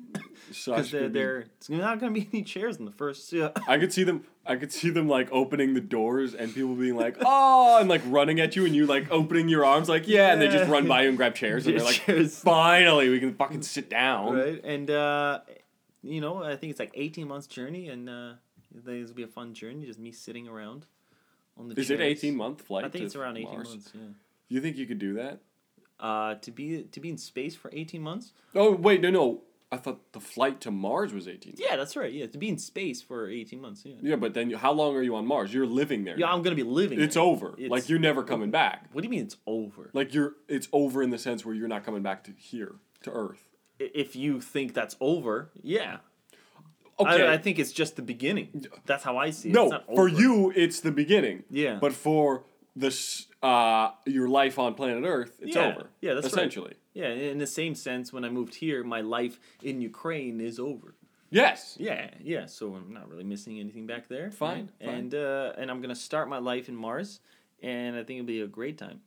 Speaker 1: Such
Speaker 2: because they're,
Speaker 1: good music.
Speaker 2: they're it's not gonna be [LAUGHS] any chairs in the first.
Speaker 1: [LAUGHS]
Speaker 2: Uh,
Speaker 1: I could see them. I could see them like opening the doors and people being like, "Oh!" and like running at you and you like opening your arms like, "Yeah!" and they just
Speaker 2: Yeah.
Speaker 1: run by you and grab chairs and they're like,
Speaker 2: Chairs.
Speaker 1: "Finally, we can fucking sit down."
Speaker 2: right? And uh, you know, I think it's like eighteen months journey, and uh, this will be a fun journey. Just me sitting around on the.
Speaker 1: Is it
Speaker 2: chairs.
Speaker 1: eighteen month flight?
Speaker 2: I think
Speaker 1: to
Speaker 2: it's around eighteen
Speaker 1: Mars?
Speaker 2: months. Yeah.
Speaker 1: You think you could do that?
Speaker 2: Uh, to be to be in space for eighteen months.
Speaker 1: Oh wait, no, no. I thought the flight to Mars was eighteen.
Speaker 2: Yeah, that's right. Yeah, to be in space for eighteen months. Yeah.
Speaker 1: Yeah, but then you, how long are you on Mars? You're living there.
Speaker 2: Yeah,
Speaker 1: now.
Speaker 2: I'm gonna be living.
Speaker 1: it's
Speaker 2: it.
Speaker 1: over.
Speaker 2: It's-
Speaker 1: like you're never coming back.
Speaker 2: What do you mean it's over?
Speaker 1: Like you're it's over in the sense where you're not coming back to here to Earth.
Speaker 2: I- If you think that's over, yeah.
Speaker 1: Okay.
Speaker 2: I, I think it's just the beginning. That's how I see it. It's
Speaker 1: no,
Speaker 2: not
Speaker 1: for
Speaker 2: over.
Speaker 1: you it's the beginning.
Speaker 2: Yeah.
Speaker 1: But for this uh your life on planet Earth, it's
Speaker 2: Yeah.
Speaker 1: over.
Speaker 2: Yeah, that's right.
Speaker 1: essentially.
Speaker 2: Yeah, in the same sense, when I moved here, my life in Ukraine is over.
Speaker 1: Yes.
Speaker 2: Yeah, yeah. So I'm not really missing anything back there.
Speaker 1: Fine,
Speaker 2: right? And uh, and I'm gonna start my life in Mars, and I think it'll be a great time.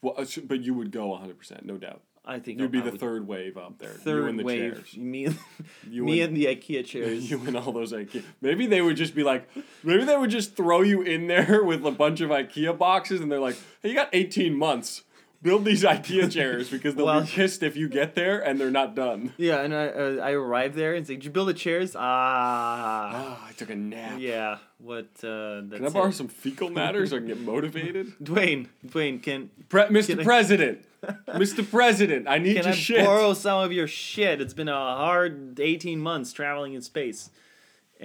Speaker 1: Well, uh, so- but you would go 100%, no doubt.
Speaker 2: I think
Speaker 1: You'd be
Speaker 2: I
Speaker 1: the
Speaker 2: would-
Speaker 1: third wave up there. you
Speaker 2: third
Speaker 1: and the
Speaker 2: wave.
Speaker 1: chairs.
Speaker 2: Me and
Speaker 1: [LAUGHS] You
Speaker 2: me
Speaker 1: and-
Speaker 2: and the IKEA
Speaker 1: [LAUGHS]
Speaker 2: chairs.
Speaker 1: You and all those IKEA. Maybe they would just be like, maybe they would just throw you in there [LAUGHS] with a bunch of IKEA boxes, and they're like, "Hey, you got 18 months. Build these [LAUGHS] IKEA chairs because they'll
Speaker 2: Well-
Speaker 1: be pissed if you get there and they're not done."
Speaker 2: Yeah, and I uh, I arrived there and say, "Did you build the chairs?" Ah,
Speaker 1: [LAUGHS] Ah, I took a nap.
Speaker 2: yeah. What? Uh, that's
Speaker 1: Can I borrow
Speaker 2: it.
Speaker 1: some fecal matter so I can get motivated?
Speaker 2: Dwayne, Dwayne, can
Speaker 1: [LAUGHS] Pre- Mr. [LAUGHS]
Speaker 2: I-
Speaker 1: President, Mr. President, I need
Speaker 2: can
Speaker 1: your
Speaker 2: I
Speaker 1: shit.
Speaker 2: borrow some of your shit? It's been a hard eighteen months traveling in space.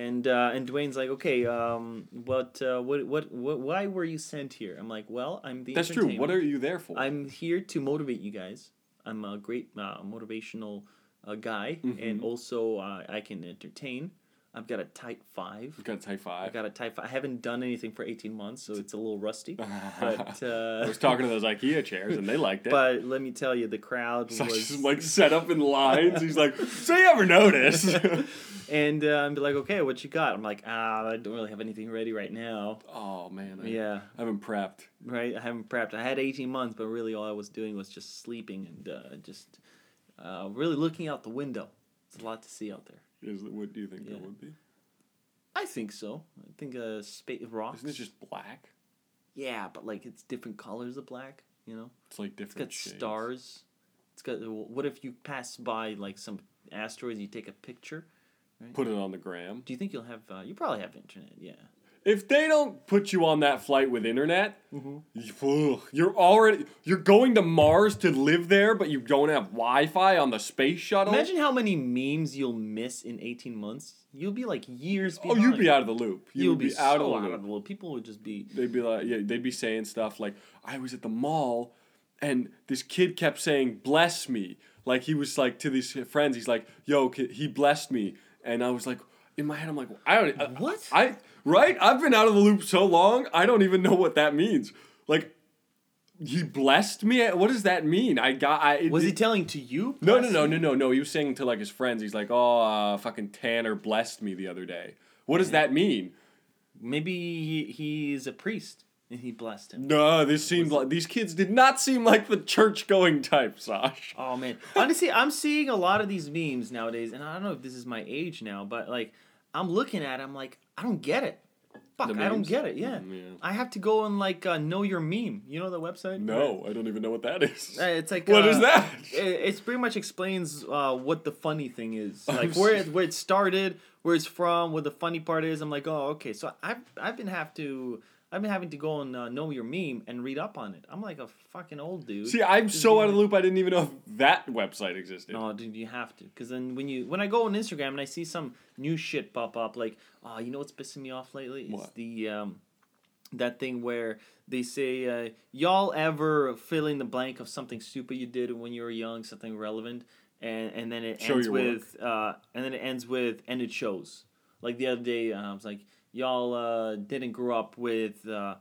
Speaker 2: And uh, and Dwayne's like, okay, um, what, uh, what, what, what, why were you sent here? I'm like, well, I'm the.
Speaker 1: That's true. What
Speaker 2: entertainment.
Speaker 1: are you there for?
Speaker 2: I'm here to motivate you guys. I'm a great uh, motivational uh, guy,
Speaker 1: Mm-hmm.
Speaker 2: and also uh, I can entertain. I've got a type five.
Speaker 1: [LAUGHS] you got a high five.
Speaker 2: I got a type. I haven't done anything for eighteen months, so it's a little
Speaker 1: [LAUGHS]
Speaker 2: rusty. But
Speaker 1: I
Speaker 2: uh,
Speaker 1: was talking to those IKEA chairs and they liked it.
Speaker 2: but let me tell you, the crowd
Speaker 1: so I
Speaker 2: was
Speaker 1: just like set up in lines. He's
Speaker 2: [LAUGHS]
Speaker 1: like, "So you ever notice?"
Speaker 2: and uh, I'm be like, okay, what you got? I'm like, ah, I don't really have anything ready right now.
Speaker 1: Oh man, I,
Speaker 2: Yeah,
Speaker 1: I haven't prepped.
Speaker 2: right. I haven't prepped. I had eighteen months, but really all I was doing was just sleeping and uh, just uh, really looking out the window. There's a lot to see out there.
Speaker 1: Is what do you think
Speaker 2: Yeah.
Speaker 1: that would be?
Speaker 2: I think so. I think uh, space rocks.
Speaker 1: Isn't it just black?
Speaker 2: yeah, but like it's different colors of black. You know,
Speaker 1: It's like
Speaker 2: it's got
Speaker 1: different. shades.
Speaker 2: stars. It's got. uh, What if you pass by like some asteroids? You take a picture.
Speaker 1: Put it on the gram.
Speaker 2: Do you think you'll have? Uh, you probably have internet. Yeah.
Speaker 1: If they don't put you on that flight with internet,
Speaker 2: Mm-hmm.
Speaker 1: you- ugh, you're already you're going to Mars to live there, but you don't have Wi-Fi on the space shuttle.
Speaker 2: Imagine how many memes you'll miss in eighteen months. You'll be like years.
Speaker 1: oh,
Speaker 2: Behind.
Speaker 1: you'd be out of the loop. You
Speaker 2: You'll
Speaker 1: would
Speaker 2: be,
Speaker 1: be, out
Speaker 2: so
Speaker 1: of the
Speaker 2: out
Speaker 1: loop.
Speaker 2: of the loop. People would just be.
Speaker 1: They'd be like, yeah, they'd be saying stuff like, "I was at the mall, and this kid kept saying bless me." Like he was like to these friends, he's like, "Yo, kid, he blessed me," and I was like, in my head, I'm like, I don't, I-
Speaker 2: What?
Speaker 1: I right? I've been out of the loop so long, I don't even know what that means. Like, he blessed me. What does that mean? I got. I it-
Speaker 2: Was he telling to you?
Speaker 1: no, no, no, no, no, no. He was saying to like his friends, he's like, "Oh, uh, fucking Tanner blessed me the other day." What does that mean?
Speaker 2: Maybe he, he's a priest and he blessed him.
Speaker 1: No, this seemed like these kids did not seem like the church going type, Sash.
Speaker 2: Oh man, honestly, I'm seeing a lot of these memes nowadays, and I don't know if this is my age now, but like, I'm looking at, it, I'm like, I don't get it. Fuck,
Speaker 1: The
Speaker 2: I don't
Speaker 1: memes?
Speaker 2: get it. Yeah.
Speaker 1: Mm, yeah.
Speaker 2: I have to go and like uh, know your meme. You know the website?
Speaker 1: No, I don't even know what that is.
Speaker 2: Uh, it's like
Speaker 1: What
Speaker 2: uh,
Speaker 1: is that?
Speaker 2: It, it's pretty much explains uh, what the funny thing is, like where it, where it started, where it's from, what the funny part is. I'm like, oh, okay. So I've I've been have to. I've been having to go and uh, know your meme and read up on it. I'm like a fucking old dude.
Speaker 1: See, I'm so out of the loop. I didn't even know if that website existed.
Speaker 2: No, dude, you have to. Because then when you when I go on Instagram and I see some new shit pop up, like, oh, you know what's pissing me off lately? It's
Speaker 1: What?
Speaker 2: the um, that thing where they say uh, y'all ever fill in the blank of something stupid you did when you were young, something relevant, and and then it
Speaker 1: Show
Speaker 2: ends
Speaker 1: your work.
Speaker 2: with uh, and then it ends with and it shows. Like the other day, uh, I was like, y'all uh, didn't grow up with. Uh,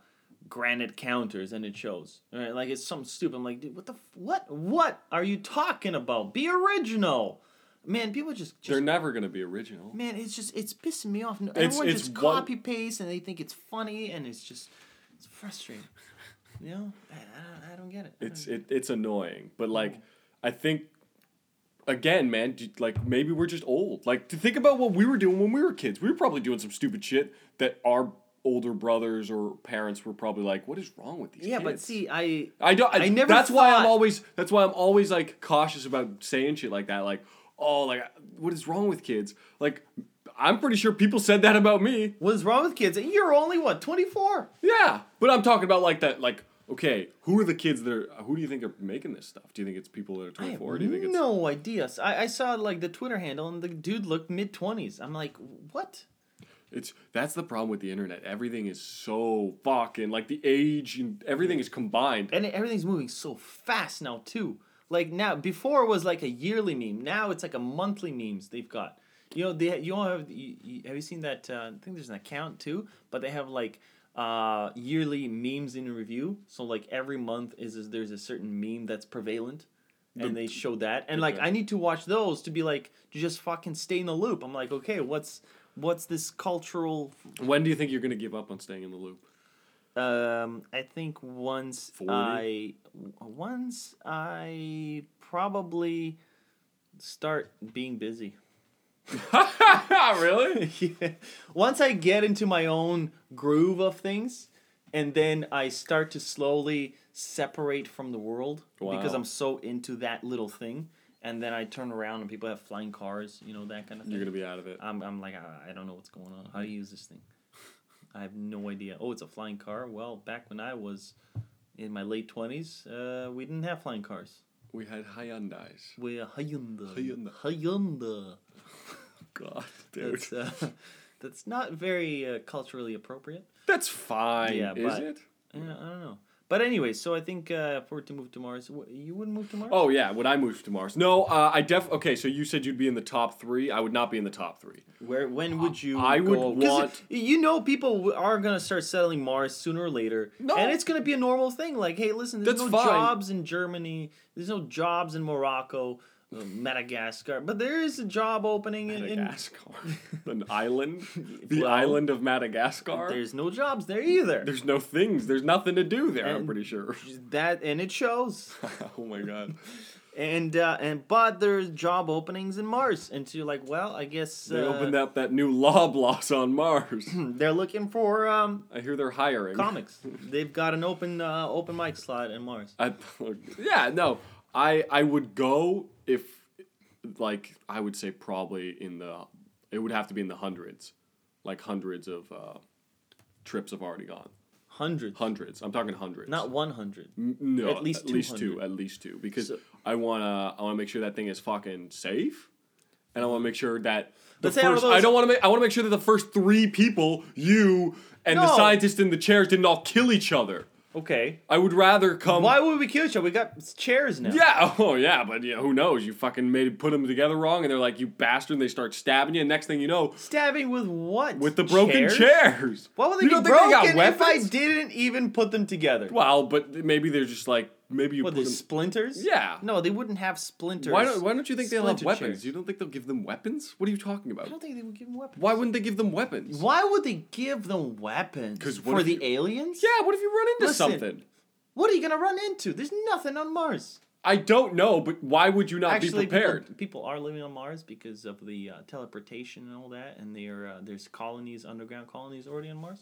Speaker 2: granite counters and it shows. Right? Like it's something stupid. I'm like, dude, what the f- what what are you talking about? Be original. Man, people just,
Speaker 1: They're
Speaker 2: just Hmm.
Speaker 1: never gonna be original.
Speaker 2: man, it's just it's pissing me off. No,
Speaker 1: It's-
Speaker 2: Everyone
Speaker 1: it's
Speaker 2: just
Speaker 1: one-
Speaker 2: copy paste and they think it's funny and it's just it's frustrating. You know? I, I, don't, I don't get it. I
Speaker 1: It's
Speaker 2: don't-
Speaker 1: it, it's annoying, but like, I think again, man, d- like maybe we're just old. Like to think about what we were doing when we were kids. We were probably doing some stupid shit that our older brothers or parents were probably like, "What is wrong with these?"
Speaker 2: Yeah, but
Speaker 1: kids?"
Speaker 2: see, I
Speaker 1: I don't. I,
Speaker 2: I never
Speaker 1: That's why I'm
Speaker 2: thought-
Speaker 1: always. That's why I'm always like cautious about saying shit like that. Like, oh, like what is wrong with kids? Like, I'm pretty sure people said that about me.
Speaker 2: what's wrong with kids? You're only what 24.
Speaker 1: Yeah, but I'm talking about like that. Like, okay, who are the kids that are? Who do you think are making this stuff? Do you think it's people that are
Speaker 2: I have
Speaker 1: 24? Do you think it's
Speaker 2: no idea. So I, I saw like the Twitter handle and the dude looked mid 20s. I'm like, what?
Speaker 1: It's that's the problem with the internet. Everything is so fucking like the age and everything is combined.
Speaker 2: And everything's moving so fast now too. Like now, before it was like a yearly meme. Now it's like a monthly memes they've got. You know, they you all have you, you, have you seen that? Uh, I think there's an account too, but they have like uh yearly memes in review. So like every month is, is there's a certain meme that's prevalent. And they show that, and like
Speaker 1: Okay.
Speaker 2: I need to watch those to be like to just fucking stay in the loop. I'm like, okay, what's what's this cultural
Speaker 1: When do you think you're gonna give up on staying in the loop? [LAUGHS]
Speaker 2: um, I think once
Speaker 1: 40?
Speaker 2: I w- once I probably start being busy. [LAUGHS]
Speaker 1: really?
Speaker 2: Once I get into my own groove of things, and then I start to slowly separate from the world because
Speaker 1: Wow.
Speaker 2: I'm so into that little thing, and then I turn around and people have flying cars, you know that kind of thing.
Speaker 1: You're gonna be out of it.
Speaker 2: I'm, I'm like, "Ah, I, I don't know what's going on. How do you use this thing? [LAUGHS] I have no idea. Oh, it's a flying car? Well, back when I was in my late 20s, uh, we didn't have flying cars.
Speaker 1: We had Hyundai's.
Speaker 2: We are Hyundai.
Speaker 1: Hyundai.
Speaker 2: Hyundai.
Speaker 1: God, dude.
Speaker 2: That's, uh, [LAUGHS] that's not very uh, culturally appropriate.
Speaker 1: That's fine,
Speaker 2: Yeah,
Speaker 1: is
Speaker 2: but-
Speaker 1: it?
Speaker 2: Uh, I don't know. But anyway, so I think uh, if we were to move to Mars, w- you wouldn't move to Mars?
Speaker 1: Oh yeah, would I move to Mars? No, uh, I def. Okay, so you said you'd be in the top three. I would not be in the top three.
Speaker 2: Where when would you?
Speaker 1: I would
Speaker 2: go? 'Cause
Speaker 1: want-
Speaker 2: You know, people w- are gonna start settling Mars sooner or later,
Speaker 1: No.
Speaker 2: and it's gonna be a normal thing. Like, hey, listen, there's
Speaker 1: That's
Speaker 2: no
Speaker 1: fine.
Speaker 2: jobs in Germany. There's no jobs in Morocco, uh, Madagascar, but there is a job opening in. in
Speaker 1: Madagascar, [LAUGHS] an
Speaker 2: [LAUGHS]
Speaker 1: island, the
Speaker 2: Well,
Speaker 1: island of Madagascar. There's,
Speaker 2: there's no jobs there either.
Speaker 1: no things. There's nothing to do there. I'm
Speaker 2: And-
Speaker 1: pretty sure. [LAUGHS]
Speaker 2: That and it shows.
Speaker 1: oh my
Speaker 2: [LAUGHS]
Speaker 1: god.
Speaker 2: And uh, and but there's job openings in Mars, and so you're like, well, I guess uh, hmm,
Speaker 1: They opened up that new Loblaws on
Speaker 2: [CLEARS THROAT]
Speaker 1: Mars.
Speaker 2: they're looking for um,
Speaker 1: I hear they're hiring. [LAUGHS]
Speaker 2: comics. They've got an open uh, open mic slot in Mars.
Speaker 1: I, yeah, no, I I would go if, like, I would say probably in the, it would have to be in the hundreds, like hundreds of uh, trips have already gone.
Speaker 2: Hundreds.
Speaker 1: Hundreds. I'm talking hundreds.
Speaker 2: Not 100.
Speaker 1: N- no,
Speaker 2: at least
Speaker 1: at least two,
Speaker 2: 200.
Speaker 1: at least two, because
Speaker 2: So-
Speaker 1: I wanna I wanna make sure that thing is fucking safe, and I wanna make sure that. The
Speaker 2: Let's say out of
Speaker 1: first,
Speaker 2: those-
Speaker 1: I don't want to make. I want to make sure that the first three people, you and the
Speaker 2: No.
Speaker 1: scientist in the chairs, didn't all kill each other.
Speaker 2: Okay.
Speaker 1: I would rather come.
Speaker 2: Why would we kill each other? We got s- chairs now.
Speaker 1: Yeah. [LAUGHS] Oh, yeah. But yeah, who knows? You fucking made put them together wrong, and they're like, "You bastard!" And they start stabbing you. And next thing you know,
Speaker 2: Stabbing with what?
Speaker 1: with the broken
Speaker 2: Chairs?
Speaker 1: chairs.
Speaker 2: Why would they
Speaker 1: you
Speaker 2: be
Speaker 1: don't think
Speaker 2: broken
Speaker 1: they got
Speaker 2: if I
Speaker 1: weapons?
Speaker 2: didn't even put them together? What?
Speaker 1: Well, but maybe they're just like maybe you
Speaker 2: What,
Speaker 1: put
Speaker 2: the
Speaker 1: them.
Speaker 2: splinters?
Speaker 1: Yeah.
Speaker 2: No, they wouldn't have splinters.
Speaker 1: Why don't Why don't you think they'll have
Speaker 2: Splinter
Speaker 1: weapons?
Speaker 2: chairs.
Speaker 1: You don't think they'll give them weapons? What are you talking
Speaker 2: I don't
Speaker 1: about?
Speaker 2: think they would give them weapons.
Speaker 1: Why wouldn't they give them weapons?
Speaker 2: Why would they give them weapons?
Speaker 1: 'Cause what
Speaker 2: For
Speaker 1: if
Speaker 2: the
Speaker 1: you-
Speaker 2: aliens?
Speaker 1: Yeah. What if you run into
Speaker 2: Listen.
Speaker 1: something?
Speaker 2: What are you going to run into? There's nothing on Mars.
Speaker 1: I don't know, but why would you not
Speaker 2: Actually,
Speaker 1: be prepared?
Speaker 2: People, people are living on Mars because of the uh, teleportation and all that, and there uh, there's colonies, underground colonies already on Mars.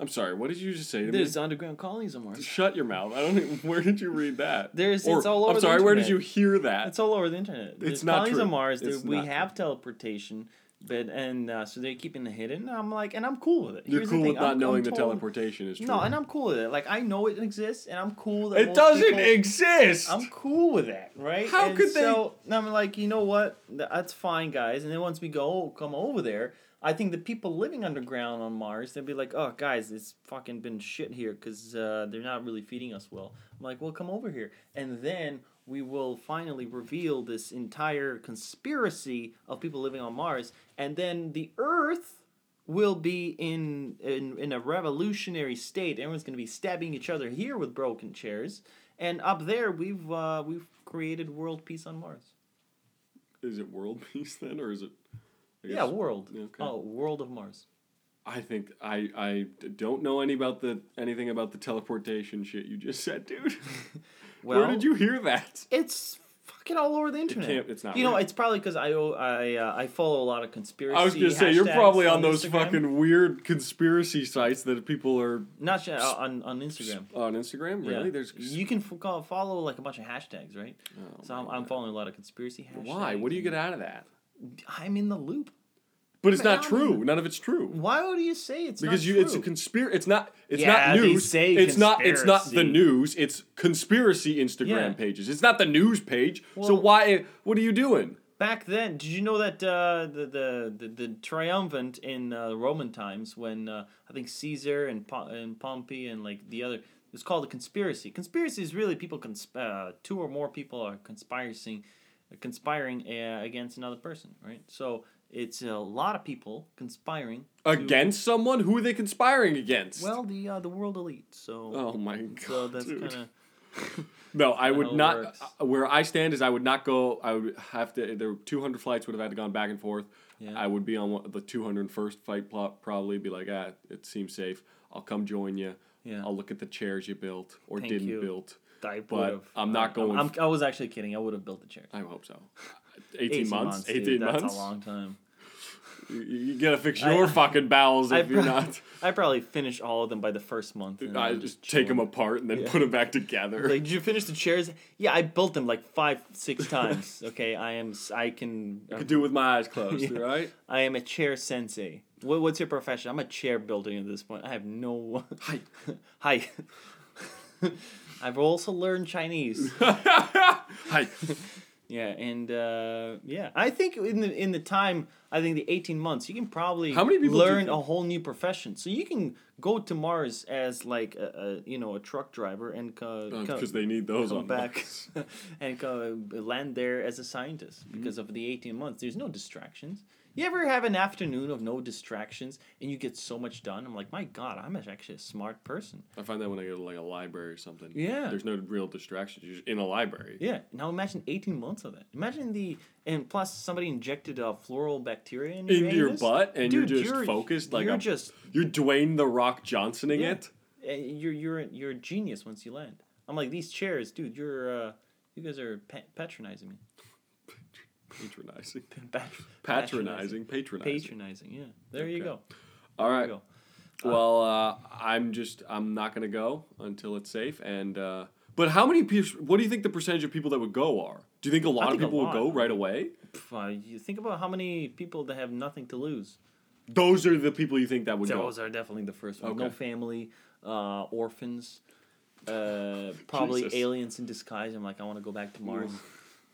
Speaker 1: I'm sorry. What did you just say to me?
Speaker 2: There's underground colonies on Mars.
Speaker 1: Shut your mouth. I don't. Even, [LAUGHS] where did you read that?
Speaker 2: There's-
Speaker 1: Or-
Speaker 2: it's all over
Speaker 1: I'm
Speaker 2: the
Speaker 1: sorry. Where did you
Speaker 2: internet.
Speaker 1: hear that?
Speaker 2: It's all over the internet. There's
Speaker 1: not
Speaker 2: colonies
Speaker 1: true.
Speaker 2: on Mars. There,
Speaker 1: It's
Speaker 2: we
Speaker 1: not
Speaker 2: have teleportation, but and uh, so they're keeping it hidden. and I'm like, and I'm cool with it.
Speaker 1: You're
Speaker 2: Here's the
Speaker 1: cool with
Speaker 2: thing,
Speaker 1: not
Speaker 2: I'm-
Speaker 1: knowing
Speaker 2: I'm
Speaker 1: the
Speaker 2: told-
Speaker 1: teleportation is true.
Speaker 2: No, and I'm cool with it. Like I know it exists, and I'm cool. That
Speaker 1: it
Speaker 2: most
Speaker 1: doesn't
Speaker 2: people-
Speaker 1: exist.
Speaker 2: I'm cool with that, right?
Speaker 1: How
Speaker 2: and
Speaker 1: could they-
Speaker 2: So and I'm like, you know what? Th- That's fine, guys. And then once we go, come over there. I think the people living underground on Mars, they'd be like, "Oh, guys, it's fucking been shit here because uh, they're not really feeding us well." I'm like, "Well, come over here," and then we will finally reveal this entire conspiracy of people living on Mars, and then the Earth will be in in, in a revolutionary state. Everyone's going to be stabbing each other here with broken chairs, and up there we've uh, we've created world peace on Mars.
Speaker 1: [LAUGHS] is it world peace then, or is it? I
Speaker 2: Yeah,
Speaker 1: guess-
Speaker 2: world.
Speaker 1: Okay.
Speaker 2: Oh, world of Mars.
Speaker 1: I think I I d- don't know any about the anything about the teleportation shit you just said, dude. [LAUGHS]
Speaker 2: Well,
Speaker 1: Where did you hear that?
Speaker 2: It's fucking fucking all over the internet.
Speaker 1: can't- it's not
Speaker 2: You know,
Speaker 1: real.
Speaker 2: it's probably because I o- I uh, I follow a lot of conspiracy.
Speaker 1: I was gonna say you're
Speaker 2: hashtags
Speaker 1: probably on those
Speaker 2: Instagram.
Speaker 1: fucking weird conspiracy sites that people are
Speaker 2: not sh- uh, on on Instagram.
Speaker 1: on Instagram. Really?
Speaker 2: Yeah.
Speaker 1: There's Oh
Speaker 2: you can f- call, follow like a bunch of hashtags, right? so I'm, I'm following a lot of conspiracy hashtags.
Speaker 1: why? What do you get out of that?
Speaker 2: and I'm in the loop.
Speaker 1: But it's not
Speaker 2: How-
Speaker 1: true. None of it's true.
Speaker 2: Why would you say it's
Speaker 1: because
Speaker 2: not
Speaker 1: you
Speaker 2: True?
Speaker 1: it's a conspiracy it's not it's
Speaker 2: Yeah,
Speaker 1: not
Speaker 2: they
Speaker 1: news
Speaker 2: say
Speaker 1: it's not it's not the
Speaker 2: conspiracy.
Speaker 1: news it's conspiracy instagram
Speaker 2: Yeah.
Speaker 1: pages it's not the news page so
Speaker 2: Well-
Speaker 1: why what are you doing
Speaker 2: Back then, did you know that uh, the, the the the triumphant in uh, Roman times when uh, I think Caesar and po- and Pompey and like the other it was called a conspiracy. Conspiracy is really people consp- uh, two or more people are conspiring conspiring uh, against another person, right? So it's a lot of people conspiring to-
Speaker 1: against someone who are they conspiring against
Speaker 2: well the uh, the world elite. So
Speaker 1: oh my god
Speaker 2: so that's
Speaker 1: dude.
Speaker 2: kind of
Speaker 1: no i
Speaker 2: how
Speaker 1: would
Speaker 2: it
Speaker 1: not
Speaker 2: works.
Speaker 1: uh, where i stand is i would not go i would have to there were 200 flights would have had to gone back and forth
Speaker 2: Yeah.
Speaker 1: i would be on one, the 201st flight plot probably be like ah it seems safe i'll come join you
Speaker 2: Yeah.
Speaker 1: i'll look at the chairs you built or
Speaker 2: Thank
Speaker 1: didn't
Speaker 2: you.
Speaker 1: build
Speaker 2: I
Speaker 1: But
Speaker 2: would've-
Speaker 1: I'm not going
Speaker 2: I'm, I was actually kidding. I would have built the chair.
Speaker 1: I hope
Speaker 2: [LAUGHS]
Speaker 1: so. 18, months? 18
Speaker 2: dude,
Speaker 1: months?
Speaker 2: That's a long time.
Speaker 1: You, you gotta fix your fucking bowels
Speaker 2: I
Speaker 1: if you're
Speaker 2: prob- [LAUGHS]
Speaker 1: not.
Speaker 2: I probably finish all of them by the first month. and
Speaker 1: I
Speaker 2: I'm
Speaker 1: just take them
Speaker 2: chilling.
Speaker 1: apart and then put them back together.
Speaker 2: Like, did you finish the chairs? Yeah, I built them like five, six times. Okay, I am. s- I can.
Speaker 1: [LAUGHS] I could do it with my eyes closed,
Speaker 2: Yeah. [LAUGHS]
Speaker 1: right? [LAUGHS]
Speaker 2: I am a chair sensei. What, what's your profession? I'm a chair builder at this point. I have no. [LAUGHS] Hi. Hi. [LAUGHS] I've also
Speaker 1: [LAUGHS]
Speaker 2: learned Chinese.
Speaker 1: Hi.
Speaker 2: Yeah, and uh, yeah, I think in the in the time, I think the eighteen months, you can probably
Speaker 1: How many people do you
Speaker 2: learn
Speaker 1: think-
Speaker 2: a whole new profession. So you can go to Mars as like a, a you know a truck driver and uh, co-
Speaker 1: [LAUGHS]
Speaker 2: co-
Speaker 1: Oh, Because they need those
Speaker 2: come
Speaker 1: on
Speaker 2: back
Speaker 1: Mars.
Speaker 2: [LAUGHS] and co- land there as a scientist
Speaker 1: Mm-hmm.
Speaker 2: because of the eighteen months. There's no distractions. You ever have an afternoon of no distractions and you get so much done? I'm like, my God, I'm actually a smart person.
Speaker 1: I find that when I go to like a library or something.
Speaker 2: Yeah.
Speaker 1: There's no real distractions. You're just in a library.
Speaker 2: Yeah. Now imagine 18 months of that. Imagine the and plus somebody injected a floral bacteria in your,
Speaker 1: Into your
Speaker 2: anus.
Speaker 1: butt, and you're
Speaker 2: Dude,
Speaker 1: just focused like
Speaker 2: you're
Speaker 1: a-
Speaker 2: just
Speaker 1: You're Dwayne the Rock Johnsoning
Speaker 2: yeah.
Speaker 1: it.
Speaker 2: Uh, You're you're you're a genius once you land. I'm like these chairs, dude. You're uh, you guys are pa- patronizing me.
Speaker 1: Patronizing.
Speaker 2: Pat-
Speaker 1: Patronizing. Patronizing.
Speaker 2: Patronizing. Yeah. There you
Speaker 1: Okay.
Speaker 2: go.
Speaker 1: All right.
Speaker 2: There you go.
Speaker 1: Well, uh, I'm just I'm not gonna go until it's safe. And uh, but how many people? What do you think the percentage of people that would go are? Do you think a lot
Speaker 2: think a
Speaker 1: of people
Speaker 2: lot.
Speaker 1: will go right away?
Speaker 2: Pff, uh, you think about how many people that have nothing to lose.
Speaker 1: Those are the people you think that would
Speaker 2: Those
Speaker 1: go.
Speaker 2: are definitely the first one. No
Speaker 1: Okay.
Speaker 2: family, uh, orphans, uh, probably
Speaker 1: Jesus.
Speaker 2: aliens in disguise. I'm like, I want to go back to Mars,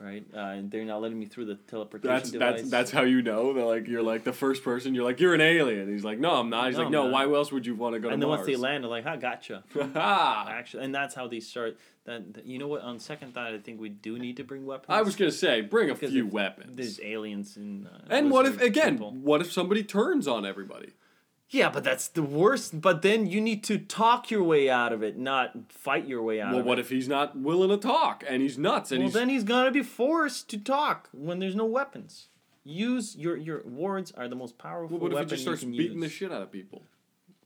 Speaker 2: right? Uh, and they're not letting me through the teleportation
Speaker 1: That's
Speaker 2: device.
Speaker 1: that's that's how you know that like you're like the first person. You're like you're an alien. He's like no, I'm not. He's
Speaker 2: No,
Speaker 1: like
Speaker 2: I'm
Speaker 1: no.
Speaker 2: not."
Speaker 1: Why else would you want to go to
Speaker 2: and then
Speaker 1: Mars?
Speaker 2: once they land, they're like, "Ha, gotcha!"
Speaker 1: [LAUGHS] Ha!
Speaker 2: Actually, and that's how they start. That that- you know what? On second thought, I think we do need to bring weapons.
Speaker 1: I was gonna say bring a
Speaker 2: Because
Speaker 1: few
Speaker 2: if
Speaker 1: weapons.
Speaker 2: There's aliens in. Uh,
Speaker 1: And what if
Speaker 2: lizard
Speaker 1: again?
Speaker 2: people.
Speaker 1: What if somebody turns on everybody?
Speaker 2: Yeah, but that's the worst. But then you need to talk your way out of it, not fight your way out
Speaker 1: Well,
Speaker 2: of it.
Speaker 1: what if he's not willing to talk and he's nuts and
Speaker 2: well,
Speaker 1: he's
Speaker 2: then he's gonna be forced to talk when there's no weapons. Use your your words are the most powerful
Speaker 1: Well, what if he
Speaker 2: weapon
Speaker 1: just starts
Speaker 2: you can
Speaker 1: beating the
Speaker 2: use.
Speaker 1: shit out of people?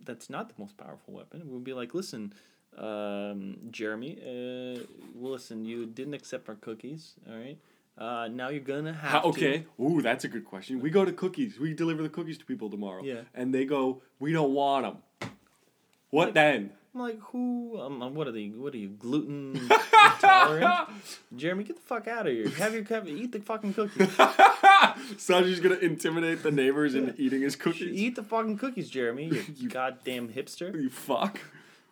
Speaker 2: That's not the most powerful weapon. We'll be like, listen, um, Jeremy, uh, well, listen, you didn't accept our cookies, all right? Uh, now you're gonna
Speaker 1: How-
Speaker 2: have
Speaker 1: Ah, okay. Ooh, that's a good question. We go to cookies. We deliver the cookies to people tomorrow.
Speaker 2: Yeah.
Speaker 1: And they go, we don't want them. What then?
Speaker 2: to. I'm like, who? Um, what are they? What are you gluten
Speaker 1: [LAUGHS]
Speaker 2: intolerant? Jeremy, get the fuck out of here. Have your cup. Eat the fucking cookies.
Speaker 1: Sanji's gonna intimidate the neighbors into eating his [LAUGHS] cookies.
Speaker 2: eat the fucking cookies, Jeremy. You, goddamn hipster.
Speaker 1: [LAUGHS] You fuck.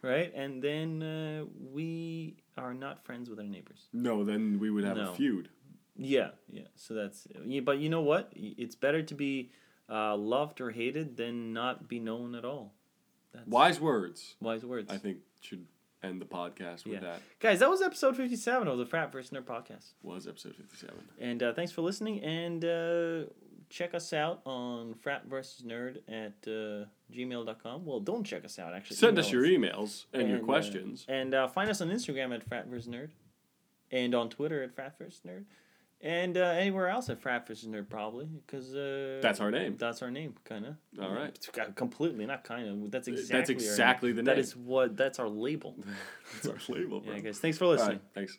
Speaker 2: right? And then uh, we are not friends with our neighbors.
Speaker 1: No, then we would have
Speaker 2: No.
Speaker 1: a feud.
Speaker 2: Yeah, yeah. So that's. yeah, But you know what? Y- It's better to be uh, loved or hated than not be known at all. That's
Speaker 1: Wise words.
Speaker 2: Wise words.
Speaker 1: I think should end the podcast with
Speaker 2: yeah,
Speaker 1: that.
Speaker 2: guys, that was episode fifty-seven of the Frat vs. Nerd podcast.
Speaker 1: Was episode fifty-seven.
Speaker 2: And uh, thanks for listening. And uh, check us out on frat versus nerd at uh, gmail.com. Well, don't check us out actually.
Speaker 1: Send
Speaker 2: email
Speaker 1: us your emails and, your
Speaker 2: uh,
Speaker 1: questions.
Speaker 2: and uh, find us on Instagram at FratVersNerd. And on Twitter at FratVersNerd. And uh, anywhere else at FratVersNerd, probably. because uh,
Speaker 1: That's our name.
Speaker 2: That's our name, kind of.
Speaker 1: All right.
Speaker 2: Completely, not kind of. That's exactly,
Speaker 1: That's
Speaker 2: our name.
Speaker 1: exactly the name.
Speaker 2: That is what, that's our label.
Speaker 1: [LAUGHS] That's our label, bro.
Speaker 2: Yeah, guys. Thanks for listening.
Speaker 1: All right. Thanks.